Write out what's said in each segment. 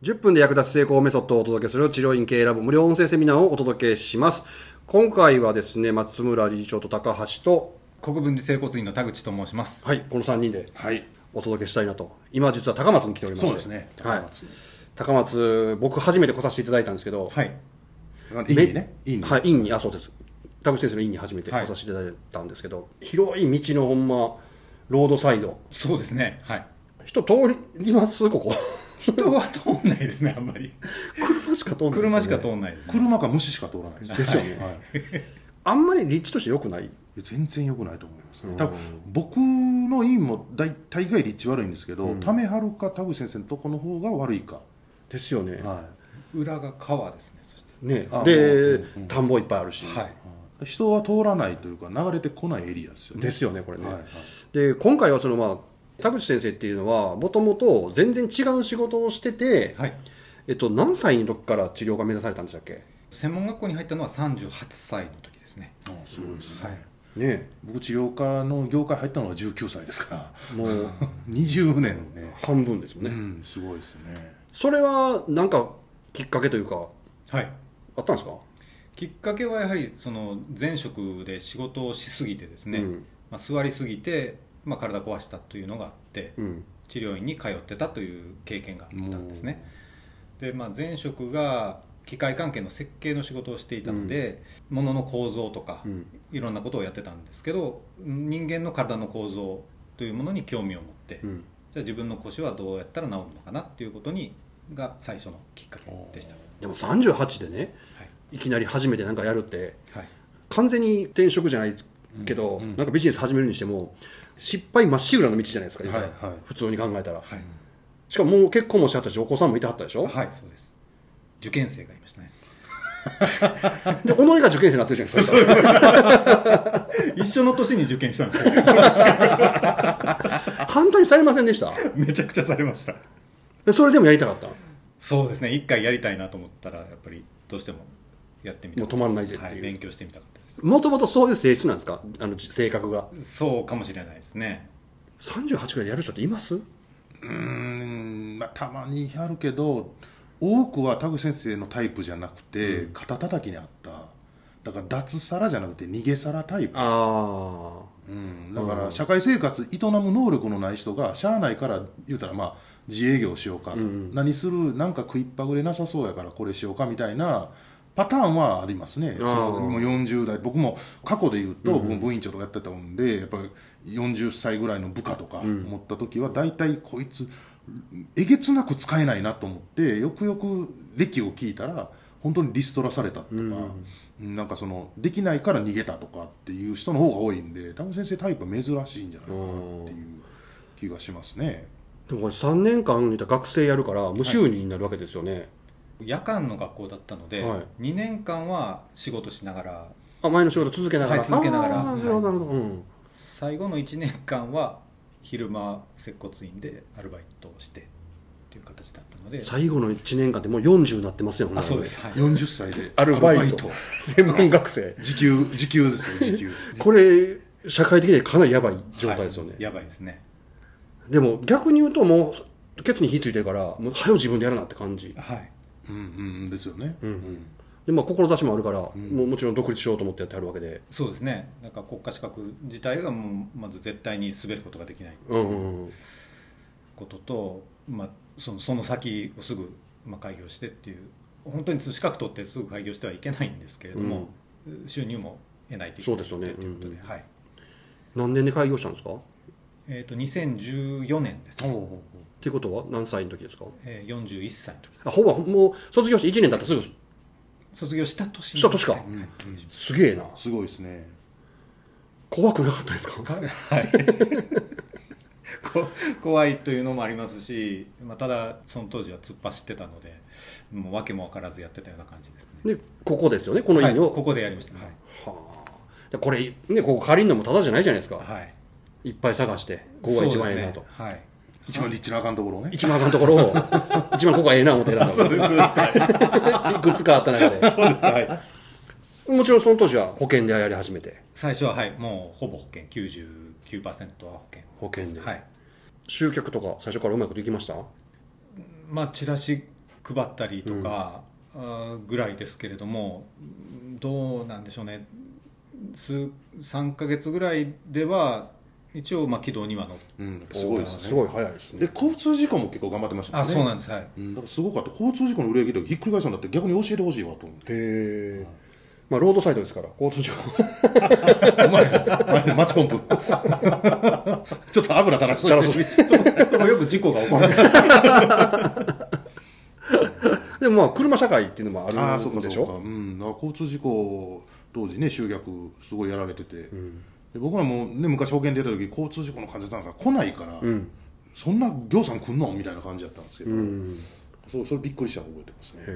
10分で役立つ成功メソッドをお届けする治療院経営ラボ無料音声セミナーをお届けします。今回はですね、松村理事長と高橋と、国分寺整骨院の田口と申します。はい、この3人ではい。お届けしたいなと。今実は高松に来ております。そうですねはい高松。高松、僕初めて来させていただいたんですけど、はい。いいめね。いいね。はい、院に、あ、そうです。田口先生の院に初めて来はいさせていただいたんですけど、広い道のほんま、ロードサイド。そうですね。はい。人通りますこ こ。人は通んないですね、あんまり。車しか通んないですね、車しか通んないですね。車か無視しか通らないです、ですよね。はい、いあんまり立地として良くない。や全然良くないと思います、うん多分僕の院も大大概立地悪いんですけど、ためはるか田口先生のとこの方が悪いか、ですよね。は裏が川ですね、そして。ねあで、うんうん田んぼいっぱいあるし、はい。い、人は通らないというか流れてこないエリアですよねですよねこれね、はいはいで今回はそのまあ田口先生っていうのはもともと全然違う仕事をしてて、はい。えっと、何歳の時から治療が目指されたんでしたっけ専門学校に入ったのは38歳の時ですね。ああすごいですね、はい。ね僕治療科の業界入ったのが19歳ですから もう20年ね半分ですようね、んすごいですねそれはなんかきっかけというかはい。あったんですかきっかけはやはりその前職で仕事をしすぎてですね、うんまあ、座りすぎて、まあ、体壊したというのがあって、うん治療院に通ってたという経験があったんですねで、まあ、前職が機械関係の設計の仕事をしていたので、物の構造とか、うんいろんなことをやってたんですけど人間の体の構造というものに興味を持って、うじんゃあ自分の腰はどうやったら治るのかなっていうことにが最初のきっかけでした、でも38でねはいいきなり初めてなんかやるってはい、完全に転職じゃないけど、うんうんなんかビジネス始めるにしても失敗まっしぐらの道じゃないですか、言うたらはいはい普通に考えたら、はいしかももう結婚もしてはったしお子さんもいてはったでしょ、はいそうです受験生がいましたねで己が受験生になってるじゃないですか 一緒の年に受験したんですよ 反対されませんでしためちゃくちゃされましたでそれでもやりたかったもそうですね一回やりたいなと思ったらやっぱりどうしてもやってみたう止まんないぜってはい、いう勉強してみたかったでもともとそういう性質なんですかあの性格がすそうかもしれないですね38くらいやる人っていますうーんまあたまにやるけど多くは田口先生のタイプじゃなくて、肩叩きにあっただから脱サラじゃなくて逃げ皿タイプ、あうん、だかうらん社会生活営む能力のない人がしゃあないから言うたらまあ自営業しようか、うんうん何するなんか食いっぱぐれなさそうやからこれしようかみたいなパターンはありますねあそーのもう40代僕も過去で言うと、僕も部員長とかやってたもんでやっぱり40歳ぐらいの部下とか持った時は大体こいつえげつなく使えないなと思ってよくよく歴を聞いたら本当にリストラされたとか、なんかそのできないから逃げたとかっていう人の方が多いんで多分先生タイプは珍しいんじゃないかなっていう気がしますね。でもこれ3年間いた学生やるから無就任になるわけですよね、夜間の学校だったので、はい2年間は仕事しながらあ前の仕事続けながら、はい続けながらあーなるほどなるほど、うん最後の1年間は昼間接骨院でアルバイトをしてっていう形だったので最後の1年間ってもう40になってますよねあそうです、はい、 40歳でアルバイトアルバ専門学生時給時給ですよ時給 これ社会的にはかなりやばい状態ですよね、はいやばいですねでも逆に言うともうケツに火ついてるからもう早う自分でやらなって感じはいうんうんですよね、うんうんで、まあ、志もあるから、もうもちろん独立しようと思ってやってはるわけでそうですねなんか国家資格自体がもうまず絶対に滑ることができないうんうんうんことと、まあ、そのその先をすぐ、まあ、開業してっていう本当に資格取ってすぐ開業してはいけないんですけれども、収入も得ないといけそうないですよねということで、うんうんはい何年で開業したんですかっえー、と2014年です、ねていうことは何歳の時ですかえー、41歳の時あほぼもう卒業して1年経ったすぐ卒業した年した年かはいはいすげえなすごいですね怖くなかったです かはい、こ怖いというのもありますし、まあ、ただその当時は突っ走ってたのでもう訳も分からずやってたような感じですねでここですよねこのはい院を、ここでやりましたはい、はあでこれねここ借りるのもタダじゃないじゃないですか、はい、い、っぱい探してここが一番ええなと、そうですねはい一番リッチなあかんところをね一番あかんところ を一番ここがええな思って選んだわけそうです、そうです。いくつかあった中でそうです、はい。もちろんその当時は保険でやり始めて最初は、はい、もうほぼ保険、99%は保険。保険ではい。集客とか最初からうまいこといきましたまあ、チラシ配ったりとか、あーぐらいですけれどもどうなんでしょうね数3ヶ月ぐらいでは一応まあ軌道には乗ってうん、 すごいですねすごい早いですねで交通事故も結構頑張ってましたもあんねそうなんです はいうんだからすごかった交通事故の売り上げとかひっくり返すんだって逆に教えてほしいわと思ってへえまあロードサイトですから交通情報お前前のマチコンプ ちょっと油垂らしと いてでもよく事故が起こるんですでもまあ車社会っていうのもあああそうるんかでしそうか、ょうん、だから交通事故当時ね集客すごいやられてて、で僕らも、ね、昔保険出た時交通事故の患者さんが来ないから、んそんな業さん来んのみたいな感じだったんですけど、うんそうそれびっくりしたの覚えてますね、へう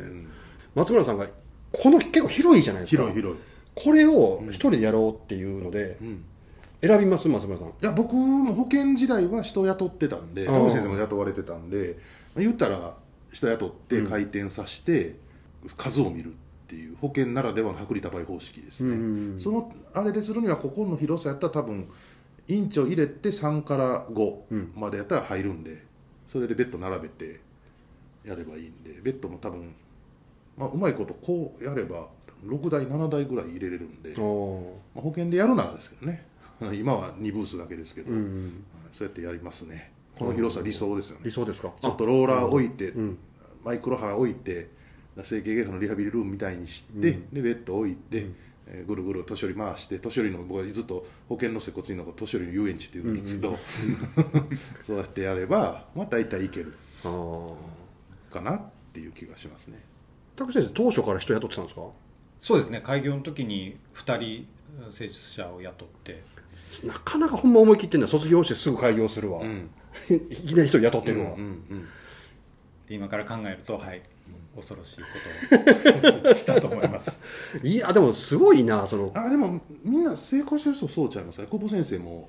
えん松村さんがこの結構広いじゃないですか広い広い、これを一人でやろうっていうのでうん選びます松村さんいや僕も保険時代は人を雇ってたんであ田あ口先生も雇われてたんで言ったら人雇って回転させて数を見るっていう保険ならではの薄利多売方式ですね、うんうんうんそのあれでするにはここの広さやったら多分インチを入れて3からうん5までやったら入るんで、それでベッド並べてやればいいんでベッドも多分、まあ、うまいことこうやれば6台7台ぐらい入れれるんで、まおあ、保険でやるならですけどね 今は2ブースだけですけど、ーうんそうやってやりますねこの広さ理想ですよね理想ですかちょっとローラー置いて、うんマイクロ波置いて整形外科のリハビリルームみたいにして、でベッド置いて、えーぐるぐる年寄り回して年寄りの僕はずっと保険の接骨院の年寄りの遊園地っていうんですけど、 そうやってやればまあ大体いけるああかなっていう気がしますね拓先生当初から人雇ってたんですかそうですね開業の時に2人うん施術者を雇ってなかなかほんま思い切ってんのは卒業してすぐ開業するわ、ういんきなり人雇ってうんうるわ、ん今から考えるとはい恐ろしいことをしたと思いますいやでもすごいなそのあでもみんな成功してる人そうちゃいますか久保先生も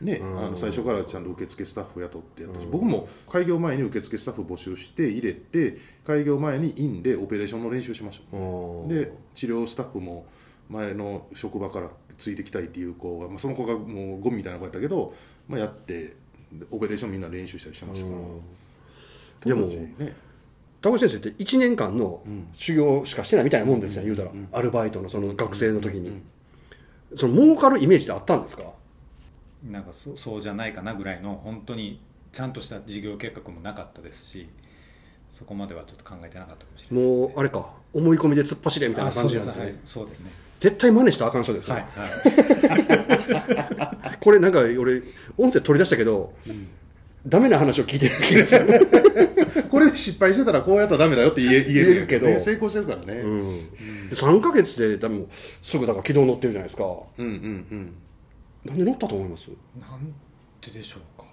ね、あの最初からちゃんと受付スタッフ雇ってやったし、僕も開業前に受付スタッフ募集して入れて開業前に院でオペレーションの練習しましたもんうんで治療スタッフも前の職場からついてきたいっていう子が、まあ、その子がもうゴミみたいな子やったけど、まあ、やってでオペレーションみんな練習したりしてましたから、でも当時ね田越先生って1年間の修行しかしてないみたいなもんですよ、言うたら、アルバイトのその学生の時に、その儲かるイメージってあったんですかなんかそそうじゃないかなぐらいの本当にちゃんとした事業計画もなかったですしそこまではちょっと考えてなかったかもしれないです、ね、もうあれか思い込みで突っ走れみたいな感じなんですねあそうですね、絶対真似したらあかん人ですよ、はいそうですねはい、はいこれなんか俺音声取り出したけど、ダメな話を聞いてる気がする これで失敗してたらこうやったらダメだよって言え言言えるけどね成功してるからね、うん、3ヶ月ででもすぐだから軌道乗ってるじゃないですかうんうんうんなんで乗ったと思いますなんてでしょうか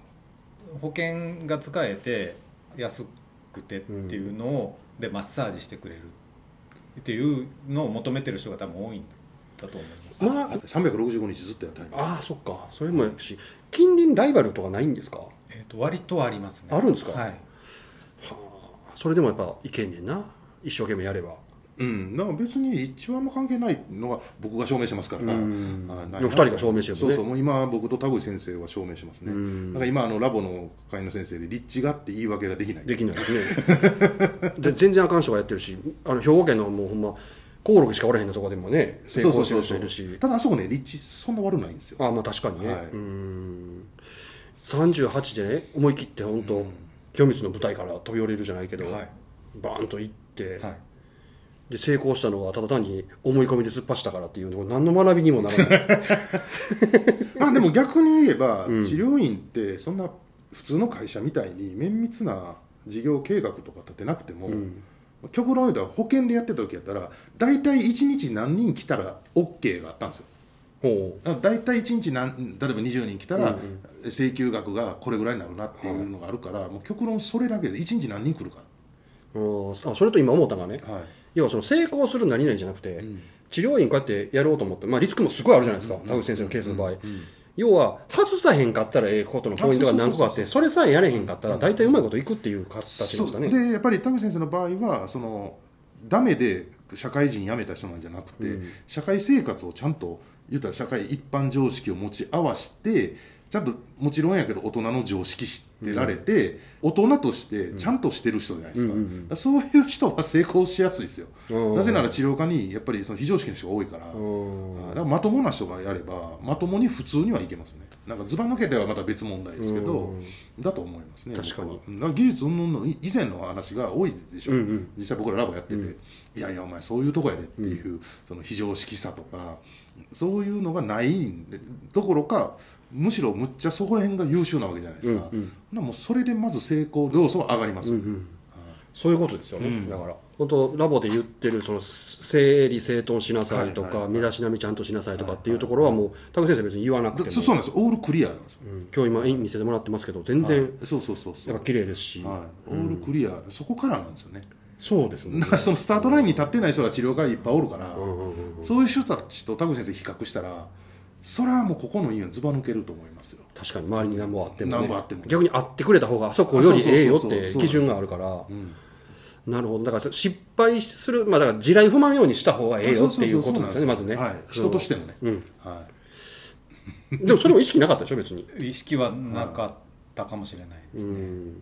保険が使えて安くてっていうのを、でマッサージしてくれるっていうのを求めてる人が多分多いんだと思いますまあ365日ずっとやってはりますああそっかそれもやるし近隣ライバルとかないんですかえっ、と割とありますねあるんですかはいそれでもやっぱいけんねんな一生懸命やればうんだから別に一番も関係ないのが僕が証明してますから、うんあ二人が証明してるもんねそうそうもう今僕と田口先生は証明してますね、うんだから今あのラボの会員の先生で立地がって言い訳ができないできないですね で全然あかん人がやってるしあの兵庫県のもうほんま興録しかおらへんのとこでもね成そうそ功うしてそるう人そいるうしただあそこね立地そんな悪ないんですよああまあ確かにね、はいうーん38でね思い切って本当、清光の舞台から飛び降りるじゃないけど、はいバーンと行って、はいで成功したのはただ単に思い込みで突っ走ったからっていうのが何の学びにもならない まあでも逆に言えば、治療院ってそんな普通の会社みたいに綿密な事業計画とか立てなくても、極論言うたら保険でやってた時やったら大体1日何人来たら OK があったんですよおうだから大体1日何例えば20人来たら請求額がこれぐらいになるなっていうのがあるから、もう極論それだけで1日何人来るか、うんあそれと今思ったのがねはい、要はその成功する何々じゃなくて、治療院こうやってやろうと思って、まあ、リスクもすごいあるじゃないですか、田口先生のケースの場合、要は外さへんかったらええことのポイントが何個かあってそれさえやれへんかったら大体うまいこといくっていう形なんですかねそうでやっぱり田口先生の場合はそのダメで社会人辞めた人なんじゃなくて、社会生活をちゃんと言ったら社会一般常識を持ち合わせてちゃんともちろんやけど大人の常識知ってられて、大人としてちゃんとしてる人じゃないですか,、うんうんうんうんそういう人は成功しやすいですよ、うんなぜなら治療科にやっぱりその非常識の人が多いから、だからまともな人がやればまともに普通にはいけますねなんかずば抜けてはまた別問題ですけど、うんだと思いますね確かに僕はだら技術云々の以前の話が多いでしょ、うんうん実際僕らラボやってて、うんいやいやお前そういうとこやでっていう、その非常識さとかそういうのがないんでどころかむしろむっちゃそこら辺が優秀なわけじゃないですか,、うんうんもうそれでまず成功要素は上がります、うんうんそういうことですよね、うんだから本当ラボで言ってるその整理整頓しなさいとか、はいはいはい身だしなみちゃんとしなさいとかっていうところはもう田口先生別に言わなくてだもそそうなんですよオールクリアなんですようん今日今絵見せてもらってますけど全は然いそうそうそうそやうっぱ綺麗ですし、はい、オールクリア、そこからなんですよね、そうですねだからそのスタートラインに立ってない人が治療からいっぱいおるから、うんうんうんそういう人たちと田口先生比較したら、それはもうここの家はずば抜けると思いますよ。確かに周りに何もあっても,、ね、何もあっても逆にあってくれた方があそこよりええよっそうそうそうてそう基準があるからんなるほどだから失敗する、まあ、だから地雷踏まんようにした方がええよっていうことですよねまずね、はい、人としてもね。うんはいでもそれも意識なかったでしょ別に意識はなかったかもしれないですね、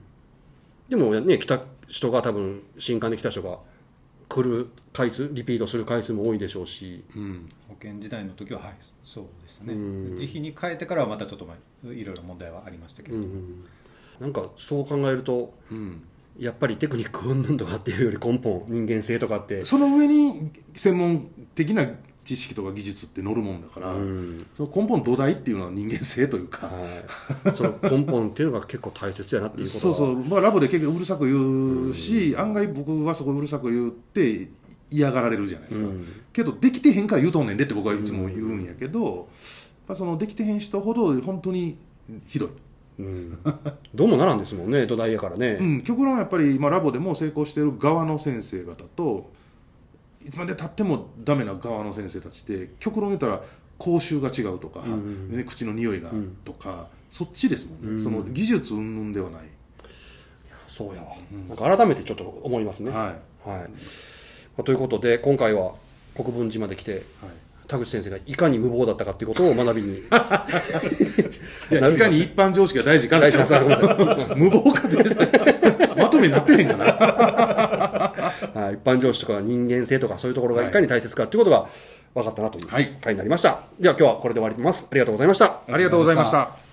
でもね来た人が多分新刊で来た人が来る回数リピートする回数も多いでしょうしうん保険時代の時ははいそうですね自費に変えてからはまたちょっと前いろいろ問題はありましたけど、なんかそう考えるとうんやっぱりテクニック云々とかっていうより根本人間性とか ってその上に専門的な知識とか技術って乗るもんだから、うんその根本土台っていうのは人間性というか、はい、その根本っていうのが結構大切やなっていうことそうそうう、まあ、ラボで結構うるさく言うし、案外僕はそこうるさく言って嫌がられるじゃないですか、んけどできてへんから言うとんねんでって僕はいつも言うんやけど、やっぱそのできてへん人ほど本当にひどい、うん、どうもならんですもんね土台やからね、うん、極論やっぱり今ラボでも成功してる側の先生方といつまでたってもダメな側の先生たちって極論言ったら口臭が違うとか、うんうんね、口の匂いがとか、そっちですもんね、うんその技術云々ではない、そうやわ、なんか改めてちょっと思いますね、はい、はいはいまあということで今回は国分寺まで来て田口先生がいかに無謀だったかっていうことを学びにいや、いかに一般常識が大事か大事です ごめんなさい 無謀かってまとめになって へんかなはい、一般常識とか人間性とかそういうところがいかに大切かということが分かったなというはい回になりました、では今日はこれで終わりますありがとうございましたありがとうございました